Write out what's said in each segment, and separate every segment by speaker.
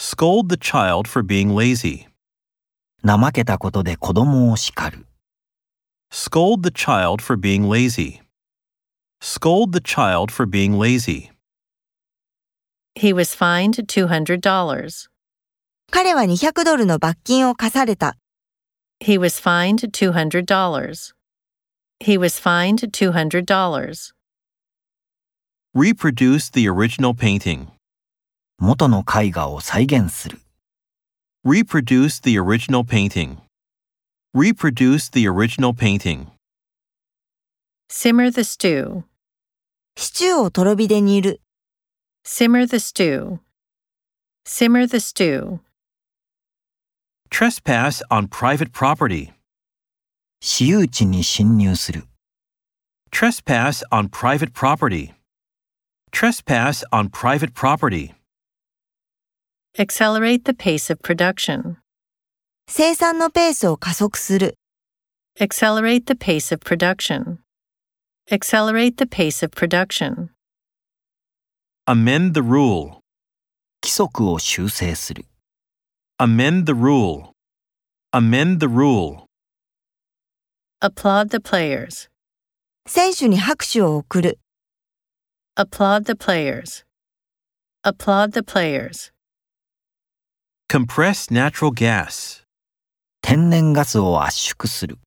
Speaker 1: scold the child for being lazy.
Speaker 2: 怠けたことで子供を叱る。
Speaker 1: Scold the child for being lazy. Scold the child for being lazy.
Speaker 3: He was fined $200.
Speaker 4: 彼は200ドルの罰金を課された。
Speaker 3: He was fined $200. He was fined $200.
Speaker 1: Reproduce the original painting.
Speaker 2: 元の絵画を再現する。
Speaker 1: Reproduce the original painting. Reproduce the original painting.
Speaker 3: Simmer the stew.
Speaker 4: シチューをとろ火で煮る。
Speaker 3: Simmer the stew. Simmer the stew.
Speaker 1: Trespass on private property.
Speaker 2: 私有地に侵入する。
Speaker 1: Trespass on private property. Trespass on private property.
Speaker 3: Accelerate the pace of production.
Speaker 4: 生産のペースを加速する。
Speaker 3: Accelerate the pace of production. Accelerate the pace of production.
Speaker 1: Amend the rule.
Speaker 2: 規則を修正する。
Speaker 1: Amend the rule. Amend the rule.
Speaker 3: Applaud the players.
Speaker 4: 選手に拍手を送る。
Speaker 3: Applaud the players. Applaud the players.
Speaker 1: Compress natural gas.
Speaker 2: 天然ガスを圧縮する。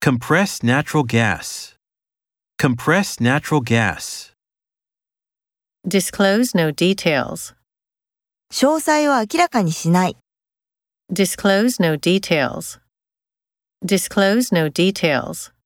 Speaker 1: Compress natural gas. Compress natural gas.
Speaker 3: Disclose no details.
Speaker 4: 詳細を明らかにしない。
Speaker 3: Disclose no details. Disclose no details.